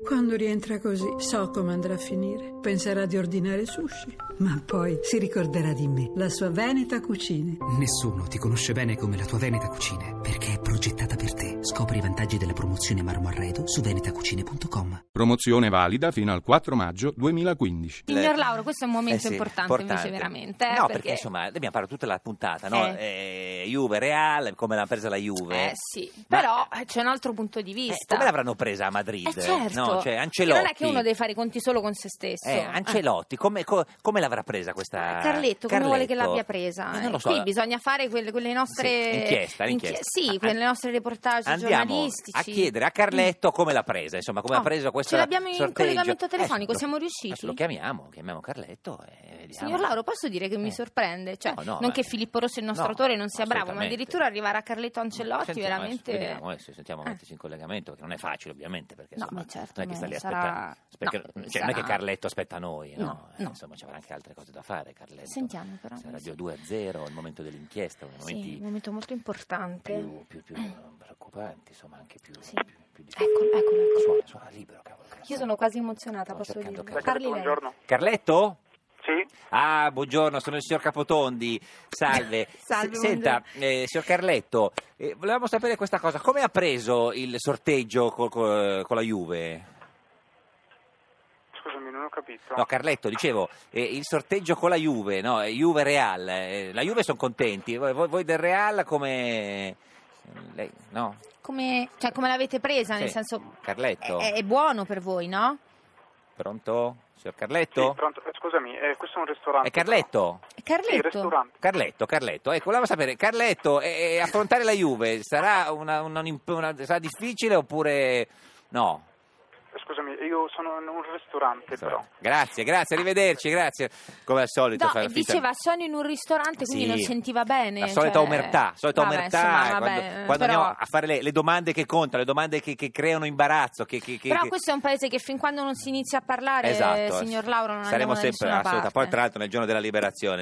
Quando rientra così, so come andrà a finire. Penserà di ordinare sushi, ma poi si ricorderà di me, la sua Veneta Cucine. Nessuno ti conosce bene come la tua Veneta Cucine, perché è progettata per te. Scopri i vantaggi della promozione Marmo Arredo su venetacucine.com. Promozione valida fino al 4 maggio 2015. Signor Lauro, questo è un momento Eh sì, importante, invece veramente. eh, no, perché... insomma abbiamo parlato tutta la puntata, no? Eh, Juve, Real, come l'ha presa la Juve. Eh sì, Ma- però eh, c'è un altro punto di Eh, vista. come l'avranno presa a Madrid? Eh, certo. No, cioè Che Ancelotti. non è che uno deve fare i conti solo con se stesso. Eh, Ancelotti, come, co- come l'avrà presa questa Ah, Carletto, come vuole che l'abbia presa? Eh, non lo Eh, so. Qui bisogna fare quelle, quelle nostre Sì, inchiesta, inchie- inchiesta. Ah, sì, quelle nostre reportage Andiamo giornalistici. Mm. a chiedere a Carletto come l'ha presa, insomma, come Oh, ha preso questo ce l'abbiamo in sorteggio. Eh, collegamento telefonico, lo- siamo riusciti? adesso Lo chiamiamo, chiamiamo Carletto e vediamo. Signor Lauro, posso dire che mi Eh. sorprende? Cioè, No, no, non ma- che Filippo Rossi, il nostro no, autore, non sia bravo, ma assolutamente. addirittura arrivare a Carletto Ancelotti Sentiamo veramente. Adesso, vediamo adesso, sentiamo, Eh. metterci in collegamento, che non è facile ovviamente, perché No, insomma, ma certo, non è che sta ma lì a sarà- aspettare. perché- no, cioè, Non è che sarà- Carletto aspetta noi, no? No, Eh, no. Insomma, ci avrà anche altre cose da fare, Carletto. Sentiamo però. Sarà Radio 2 a 0, il momento dell'inchiesta, uno dei Sì, un momenti momento molto importante. più, più, più preoccupanti, insomma, anche più, Sì. più, più difficili. Eccolo, eccolo, eccolo. Suona, suona libero, cavolo. Io sono quasi emozionata, Sto posso cercando dire. Carletto, Parli lei. Buongiorno. Carletto? Sì, Ah, buongiorno, sono il signor Capotondi. Salve. Salve, S- Senta, eh, signor Carletto, eh, volevamo sapere questa cosa. Come ha preso il sorteggio co- co- con la Juve? scusami, non ho capito. No, Carletto, dicevo, eh, il sorteggio con la Juve, no? eh, Juve-Real. eh, la Juve sono contenti. Voi, voi- voi del Real come... eh, Lei, no? Come, cioè, come l'avete presa? Nel Sì. senso, Eh, è, Carletto, è buono per voi, no? pronto? Signor Sì, Carletto? pronto. Eh, Scusami, eh, questo è un ristorante. È Carletto? Sì, il Carletto, ristorante. Carletto, Carletto, ecco, volevo sapere, Carletto, eh, eh, affrontare la Juve sarà, una- una- un- una- sarà difficile oppure no? Eh, Scusami, io sono in un ristorante però. Grazie, grazie, arrivederci, grazie. Come al solito. No, fa la finta- diceva sono in un ristorante, quindi Sì. non sentiva bene. La solita cioè- omertà, solita Vabbè, omertà, insomma, eh, vabbè, quando, eh, quando però, andiamo a fare le, le domande che contano, le domande che, che creano imbarazzo. Che, che- che- però che- questo è un paese che fin quando non si inizia a parlare, Esatto, signor Lauro, non saremo andiamo da sempre nessuna assoluta- parte. Poi, tra l'altro, nel giorno della liberazione.